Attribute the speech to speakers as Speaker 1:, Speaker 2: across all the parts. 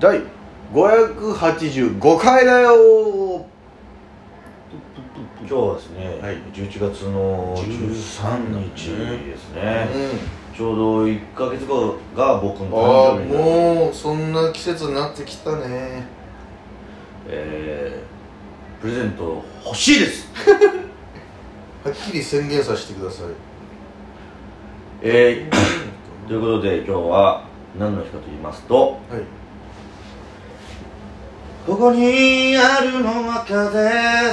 Speaker 1: 第585回だよ
Speaker 2: 今日はですね、
Speaker 1: はい
Speaker 2: 11月の13日ですね、
Speaker 3: う
Speaker 2: ちょうど1か月後が僕
Speaker 3: ん、
Speaker 2: の
Speaker 3: あ
Speaker 2: 誕生
Speaker 3: あ
Speaker 2: 日になる
Speaker 3: もうそんな季節になってきたね
Speaker 2: えー、プレゼント欲しいです
Speaker 3: はっきり宣言させてください
Speaker 2: えー、ということで今日は何の日かと言いますと
Speaker 3: はい
Speaker 2: ここにあるの中で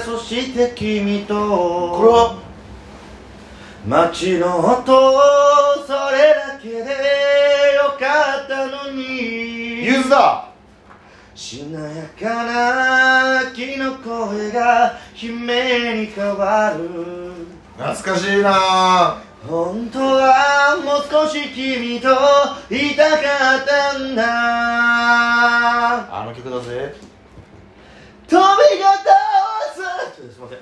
Speaker 2: そして君とこ
Speaker 3: れは
Speaker 2: 街の音それだけでよかったのに
Speaker 3: ゆずだ
Speaker 2: しなやかな秋の声が悲鳴に変わる
Speaker 3: 懐かしいな
Speaker 2: 本当はもう少し君といたかったんだ
Speaker 3: あの曲だぜ
Speaker 2: 飛び方をするすいません、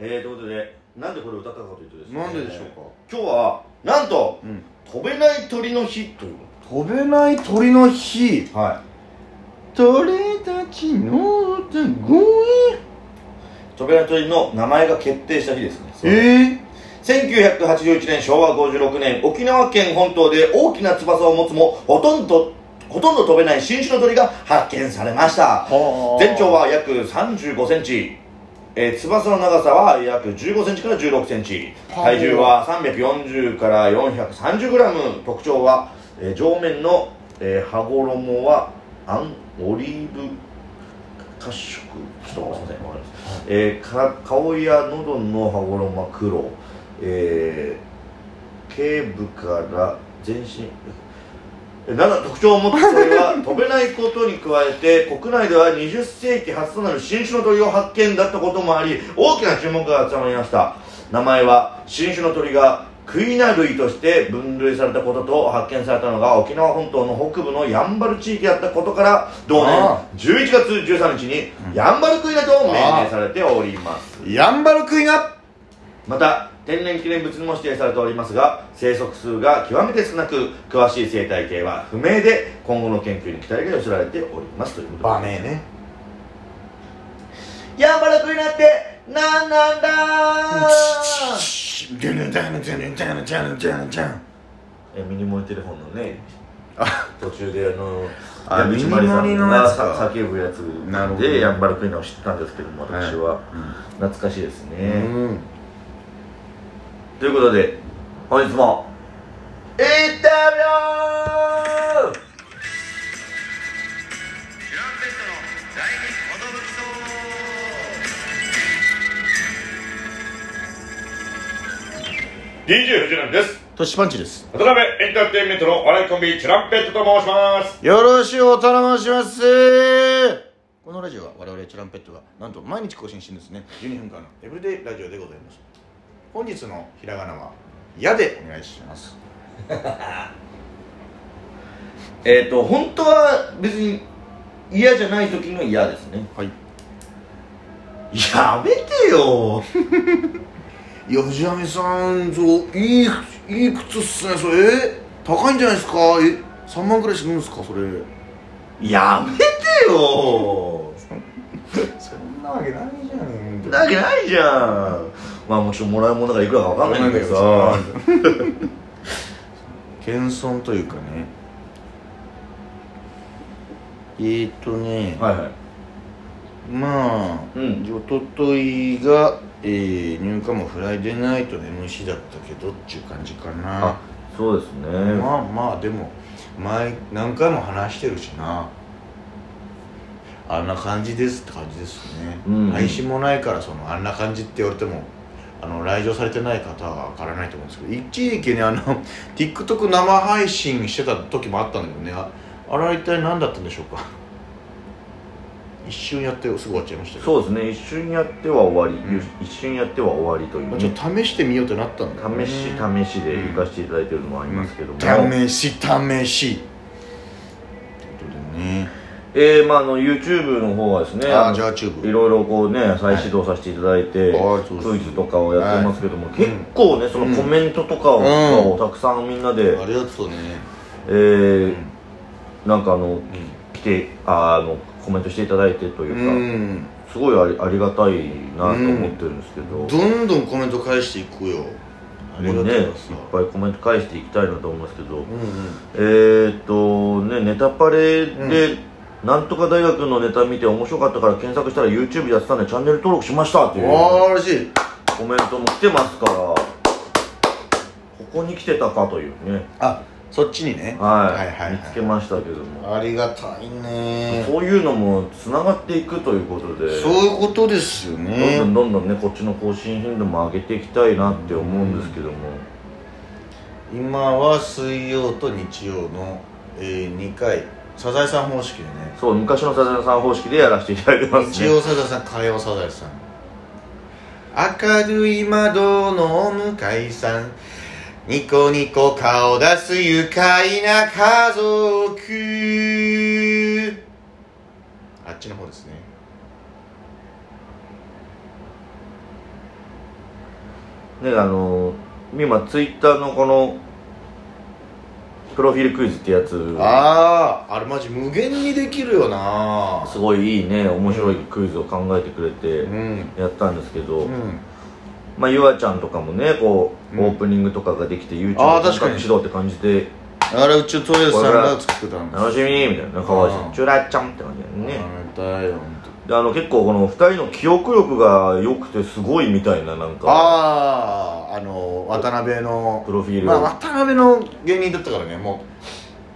Speaker 2: えー、ということでなんでこれを歌ったかというとですね
Speaker 1: なんででしょうか
Speaker 2: 今日はなんと、
Speaker 1: うん
Speaker 2: 飛べない鳥の日という
Speaker 1: 飛べない鳥の日
Speaker 2: はい
Speaker 1: 鳥たちの歌声
Speaker 2: 飛べない鳥の名前が決定した日ですね
Speaker 1: え
Speaker 2: 1981年昭和56年沖縄県本島で大きな翼を持つもほとんどほとんど飛べない新種の鳥が発見されました
Speaker 1: はあ
Speaker 2: 全長は約3 5センチ、えー翼の長さは約1 5センチから1 6センチ
Speaker 1: はあ
Speaker 2: 体重は340から4 3 0グラム特徴は、えー上面の、えー、羽衣はアンオリーブ褐色ちょっとすいませんわかりますえーか顔や喉の羽衣は黒、えー、頸部から全身えー長特徴を持つ鳥は飛べないことに加えて国内では20世紀初となる新種の鳥を発見だったこともあり大きな注目が集まりました名前は新種の鳥がクイナ類として分類されたことと発見されたのが沖縄本島の北部のやんばる地域だったことから同年
Speaker 1: あ
Speaker 2: 11月13日にヤンバルクイナと命名されております
Speaker 1: ヤンバルクイナ
Speaker 2: また天然記念物にも指定されておりますが生息数が極めて少なく詳しい生態系は不明で今後の研究に期待が寄せられておりますということ
Speaker 3: バ
Speaker 2: で
Speaker 3: ネね
Speaker 2: ヤンバルクイナってなんなんだ
Speaker 1: ジャンジャンジャンジャンジャンジャンジャン
Speaker 2: えミニモニテレフォンのね
Speaker 1: あ
Speaker 2: 途中であの
Speaker 1: あ
Speaker 2: 矢口真理さ
Speaker 1: ミニ
Speaker 2: ん
Speaker 1: モニのや
Speaker 2: が
Speaker 1: つか
Speaker 2: さ叫ぶやつ
Speaker 1: なるほど
Speaker 2: でヤンバルクイナを知ったんですけども私は、懐かしいですね、
Speaker 1: うん
Speaker 2: ということで本日もいってみよう
Speaker 1: 年パンチです
Speaker 4: 渡辺エンターテインメントのお笑いコンビチュランペットと申します
Speaker 1: よろしゅうお頼みしますこのラジオは我々チュランペットがなんと毎日更新してるんですね12分間のエブリデイラジオでございます本日のひらがなは「や」でお願いします
Speaker 2: えっ、ー、と本当は別に嫌じゃない時の嫌ですね
Speaker 1: はい
Speaker 2: やめてよ
Speaker 1: いや藤波さんそういいいい靴っすねそれえ高いんじゃないですかえ3万ぐらいするんですかそれ
Speaker 2: やめてよ
Speaker 1: そんなわけないじゃん
Speaker 2: なわけないじゃんまあもちろんもらうものがいくらかわかんないんだけど さ
Speaker 1: 謙遜というかねえー、っとね
Speaker 2: はいはい
Speaker 1: まあ、
Speaker 2: うん
Speaker 1: 一昨日が、えー、入荷もフライデーナイトの MC だったけどっていう感じかな
Speaker 2: あそうですね、
Speaker 1: まあまあでも前何回も話してるしなあんな感じですって感じですね、
Speaker 2: うん
Speaker 1: 配信もないからそのあんな感じって言われてもあの来場されてない方は分からないと思うんですけど一時期ねあの TikTok 生配信してた時もあったんだけどねああれは一体何だったんでしょうか一瞬やってすぐ終わっちゃいましたけど
Speaker 2: そうですね一瞬やっては終わり、
Speaker 1: うん
Speaker 2: 一瞬やっては終わりというね、
Speaker 1: まあちょっと試してみようってなったんだよね
Speaker 2: 試し試しで行かせていただいてるのもありますけども、
Speaker 1: 試し試しってことでね
Speaker 2: えーまあ、あの YouTube の方はですね
Speaker 1: あ
Speaker 2: あ
Speaker 1: あ
Speaker 2: の
Speaker 1: じゃあチューブ
Speaker 2: いろいろこうね再始動させていただいて、
Speaker 1: はいあそうそう
Speaker 2: クイズとかをやってますけども、
Speaker 1: い
Speaker 2: 結構ねそのコメントとかを,、
Speaker 1: うん
Speaker 2: たくさんみんなで、
Speaker 1: ありがとうね
Speaker 2: えーなんかあの、来てあのコメントしていただいてという
Speaker 1: う
Speaker 2: か、
Speaker 1: ん
Speaker 2: すごいありありがたいなと思ってるんですけど、
Speaker 1: どんどんコメント返していくよありがとうご
Speaker 2: ね
Speaker 1: ざ
Speaker 2: い
Speaker 1: い
Speaker 2: っ
Speaker 1: ます
Speaker 2: ぱいコメント返していきたいなと思いますけど、
Speaker 1: うんうん
Speaker 2: えー、っとねネタパレで、なんとか大学のネタ見て面白かったから検索したら YouTube やってたんでチャンネル登録しましたっていう
Speaker 1: ああ嬉しい
Speaker 2: コメントも来てますからここに来てたかというね、
Speaker 1: あそっちにね
Speaker 2: はい
Speaker 1: はいはいはい
Speaker 2: 見つけましたけども
Speaker 3: ありがたいね
Speaker 2: そういうのもつながっていくということで
Speaker 1: そういうことですよね
Speaker 2: どんどんどんどんねこっちの更新頻度も上げていきたいなって思うんですけども、
Speaker 1: 今は水曜と日曜の、えー、2回サザエさん方式でね
Speaker 2: そう昔のサザエさん方式でやらせていただいてます
Speaker 1: 日
Speaker 2: ね
Speaker 1: 曜サザエさん火曜サザエさん明るい窓の向かいさんニコニコ顔出す愉快な家族あっちの方ですね
Speaker 2: ねあの今ツイッターのこのプロフィールクイズってやつ
Speaker 1: あああれマジ無限にできるよな
Speaker 2: すごいいいね面白いクイズを考えてくれ
Speaker 1: う
Speaker 2: て
Speaker 1: ん
Speaker 2: やったんですけど、
Speaker 1: うん
Speaker 2: まあゆあちゃんとかもねこう、
Speaker 1: うん
Speaker 2: オープニングとかができて YouTube
Speaker 1: あー確かに
Speaker 2: 指導って感じで
Speaker 1: あれうちのトヨさんが作ったんです
Speaker 2: 楽しみみたいなかわい
Speaker 1: うん
Speaker 2: いチュラちゃんって感じだよね、
Speaker 1: あれだよ本当
Speaker 2: であの結構この2人の記憶力が良くてすごいみたいななんか
Speaker 1: あああの渡辺の
Speaker 2: プロフィールを、
Speaker 1: まあ渡辺の芸人だったからねも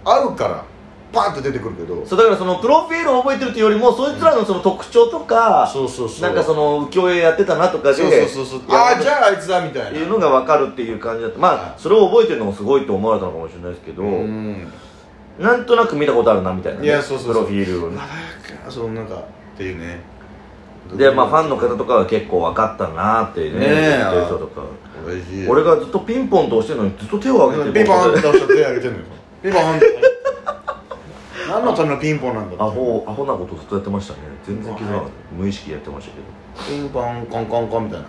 Speaker 1: う会うからパーンと出てくるけど
Speaker 2: そうだからそのプロフィールを覚えてるというよりもそいつらのその特徴とか、
Speaker 1: そうそうそう
Speaker 2: なんかその浮世絵やってたなとかで
Speaker 1: そうそうそうそうああじゃああいつだみたい
Speaker 2: っ
Speaker 1: な
Speaker 2: ていうのが分かるっていう感じだったま
Speaker 1: は
Speaker 2: あそれを覚えてるのもすごいと思われたのかもしれないですけど、
Speaker 1: うん
Speaker 2: なんとなく見たことあるなみたいな、ね、
Speaker 1: いやそうそうそう
Speaker 2: プロフィールをね
Speaker 1: なんかそうなんかっていうね
Speaker 2: でまあファンの方とかは結構分かったなってね
Speaker 1: ねえ
Speaker 2: 言ってる人とか
Speaker 1: おいしい
Speaker 2: 俺がずっとピンポンと押してるのにずっと手を挙げて
Speaker 1: ピン
Speaker 2: る
Speaker 1: ポンっ
Speaker 2: こ
Speaker 1: て
Speaker 2: とで
Speaker 1: 出して手挙げてんのよピンポンって何のためのピンポンなんだって
Speaker 2: アホアホなことずっとやってましたね全然気づかなかった、
Speaker 1: は
Speaker 2: 無意識でやってましたけど
Speaker 1: ピンポンコンコンコンみたいな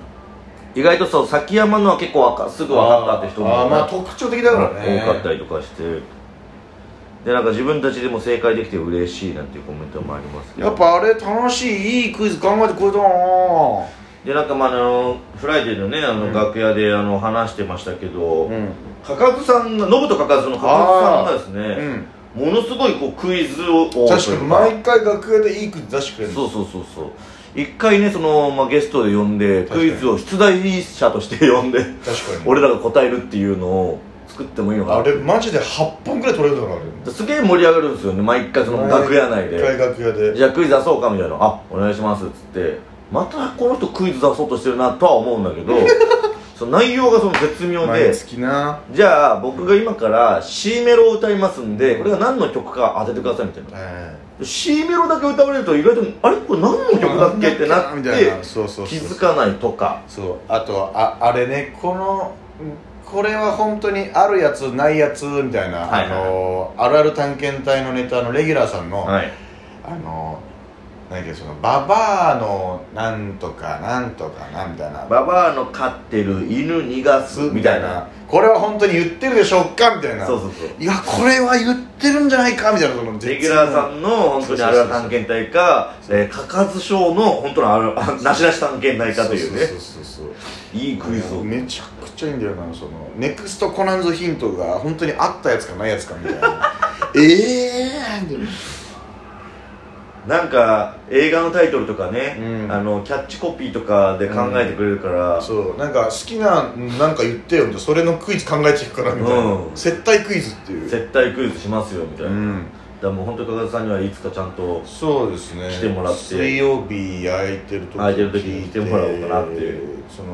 Speaker 2: 意外とそう崎山のは結構わかすぐ分かったって人も
Speaker 1: あーあーまあ特徴的だからね
Speaker 2: 多かったりとかしてでなんか自分たちでも正解できて嬉しいなんていうコメントもありますけど
Speaker 1: やっぱあれ楽しいいいクイズ考えてくれたなぁ
Speaker 2: でなんかまああのフライデーのねあの楽屋であの話してましたけど、
Speaker 1: うん
Speaker 2: かかずさんがノブとかかずのかかずさんがですね、ものすごいこうクイズを確
Speaker 1: 確かに毎回楽屋でいいクイズ出してくれる
Speaker 2: そうそうそうそう一回ねその、まあ、ゲストで呼んで
Speaker 1: 確か
Speaker 2: ク
Speaker 1: に
Speaker 2: イズを出題者として呼んで
Speaker 1: 確かに
Speaker 2: 俺らが答えるっていうのを作ってもいいのかな
Speaker 1: あれマジで8本くらい取れるだろあれ
Speaker 2: すげえ盛り上がるんですよね毎回その楽屋内
Speaker 1: 毎回
Speaker 2: で
Speaker 1: 楽屋で
Speaker 2: じゃあクイズ出そうかみたいな「あお願いします」っつってまたこの人クイズ出そうとしてるなとは思うんだけ どその内容がその絶妙で
Speaker 1: 月な
Speaker 2: じゃあ僕が今から C メロを歌いますんでこれが何の曲か当ててくださいみたいな
Speaker 1: え
Speaker 2: C メロだけ歌われると意外とあれこれ何の
Speaker 1: え
Speaker 2: 曲だっけってな
Speaker 1: み
Speaker 2: った
Speaker 1: い
Speaker 2: て
Speaker 1: なそうそうそう
Speaker 2: 気づかないとか
Speaker 1: そうあとああれねこのこれは本当にあるやつないやつみたいな、
Speaker 2: はいはい
Speaker 1: あのあるある探検隊のネタのレギュラーさんの、
Speaker 2: はい
Speaker 1: あの何だっけそのババアのなんとかなんとかなんみたいな
Speaker 2: ババアの飼ってる犬逃がすみたいな
Speaker 1: これは本当に言ってるでしょうかみたいな
Speaker 2: そうそうそう
Speaker 1: いやこれは言ってるんじゃないかみたいなその
Speaker 2: レギュラーさ
Speaker 1: ん
Speaker 2: んの本当にあれは探検隊か、えー、かかず賞の本当のあれは なしなし探検隊かという
Speaker 1: そう
Speaker 2: ね、
Speaker 1: そうそうそう
Speaker 2: いいクイズを。
Speaker 1: めちゃくちゃいいんだよなそのネクストコナンズヒントが本当にあったやつかないやつかみたい なええー、
Speaker 2: なんか映画のタイトルとかね、
Speaker 1: うん
Speaker 2: あのキャッチコピーとかで考えてくれるから、
Speaker 1: そうなんか好きななんか言ってよみたいなそれのクイズ考えていくからみたいな、
Speaker 2: うん
Speaker 1: 接待クイズっていう
Speaker 2: 絶対クイズしますよみたいな、
Speaker 1: う
Speaker 2: だか
Speaker 1: ん
Speaker 2: らもう本当にかかずさんにはいつかちゃんと
Speaker 1: そうですね
Speaker 2: 来てもらって
Speaker 1: 水曜日空いてる時
Speaker 2: 空いてる時に来てもらおうかなっていう
Speaker 1: その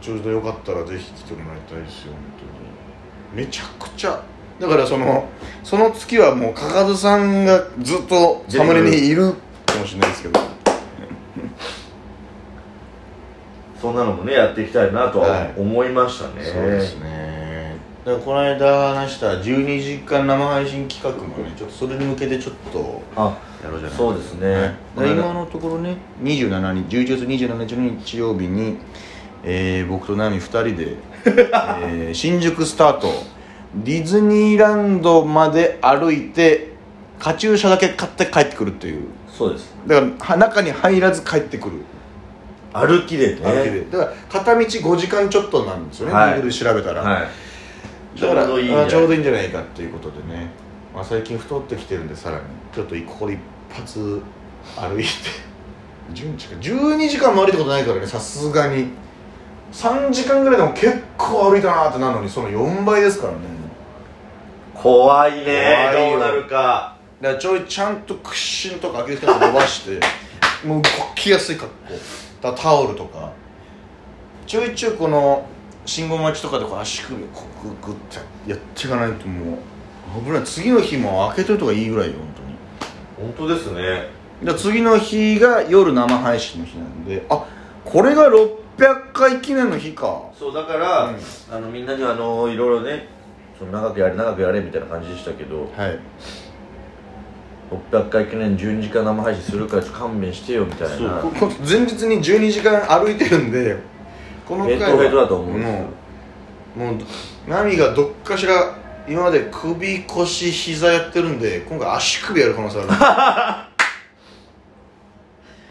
Speaker 1: ちょうどよかったらぜひ来てもらいたいですよ本当にめちゃくちゃだからそのその月はもうかかずさんがずっとサムネにいるかもしれないですけど
Speaker 2: そんなのもねやっていきたいなと
Speaker 1: は
Speaker 2: はい思いましたね、
Speaker 1: そうですねだからこの間話した12時間生配信企画もねちょっとそれに向けてちょっと
Speaker 2: あ
Speaker 1: やろうじゃない
Speaker 2: そうですね、
Speaker 1: はい、今のところね27日11月27日の日曜日に、えー僕とナミ2人 で、えー新宿スタートディズニーランドまで歩いてカチューシャだけ買って帰ってくるっていう
Speaker 2: そうです
Speaker 1: だからは中に入らず帰ってくる
Speaker 2: 歩きでね
Speaker 1: 歩きでだから片道5時間ちょっとなんですよね、
Speaker 2: はい
Speaker 1: Google で調べたら、
Speaker 2: はい
Speaker 1: だから
Speaker 2: ちょうどいいんじゃない
Speaker 1: あちょうどいいんじゃないかっていうことでね、まあ、最近太ってきてるんでさらにちょっとここで一発歩 いて10時間12時間も歩いたことないからねさすがに3時間ぐらいでも結構歩いたなってなのにその4倍ですからね
Speaker 2: 怖いね
Speaker 1: 怖い
Speaker 2: ど
Speaker 1: よ
Speaker 2: うなるか
Speaker 1: だからちょいちゃんと屈伸とかアキレス腱とか伸ばしてもう動きやすい格好だからタオルとかちょいちょいこの信号待ちとかでこう足首をこうグッグッてやっていかないともう危ない次の日も開けといた方がいいぐらいよ本当に
Speaker 2: 本当ですね
Speaker 1: だから次の日が夜生配信の日なんであこれが600回記念の日か
Speaker 2: そうだから、
Speaker 1: うん
Speaker 2: あのみんなにはあのいろいろねその長くやれ長くやれみたいな感じでしたけど
Speaker 1: はい
Speaker 2: 600回記念12時間生配信するからちょっと勘弁してよみたい
Speaker 1: そう
Speaker 2: な
Speaker 1: こ こ前日に12時間歩いてるんでこの回は
Speaker 2: ヘトヘトだと思うんですよ
Speaker 1: もうもうナミがどっかしら今まで首腰膝やってるんで今回足首やる可能性 ある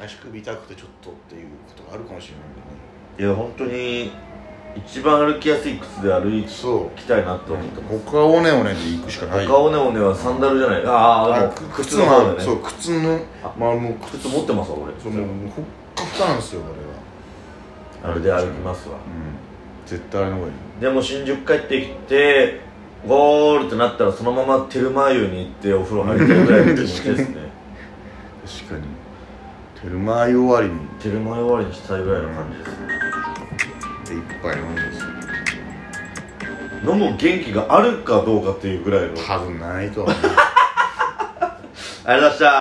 Speaker 1: 足首痛くてちょっとっていうことがあるかもしれないんでね
Speaker 2: いや本当に一番歩きやすい靴で歩い
Speaker 1: そ
Speaker 2: きたいなと思ってます、
Speaker 1: 他をねおねで行くしかない
Speaker 2: 他をねおねはサンダルじゃないああで
Speaker 1: あ
Speaker 2: も
Speaker 1: 靴
Speaker 2: 靴
Speaker 1: の
Speaker 2: の方
Speaker 1: 方
Speaker 2: だね
Speaker 1: そう靴の
Speaker 2: あ
Speaker 1: まあもう靴
Speaker 2: 靴持ってますわ俺
Speaker 1: そうもうもうほっかふかなんですよ俺は
Speaker 2: あれで歩きますわ
Speaker 1: うん絶対あれの方がいい
Speaker 2: でも新宿帰ってきてゴールってなったらそのままテルマー湯に行ってお風呂入りたいぐらいの気持ち です
Speaker 1: 確か
Speaker 2: ね
Speaker 1: にテルマ湯終わりに
Speaker 2: テルマ湯終わりにしたいぐらいの感じです、
Speaker 1: で一杯飲んですよ
Speaker 2: 飲む元気があるかどうかっていうぐらいの
Speaker 1: 多分ないとは思う
Speaker 2: ありがとうございました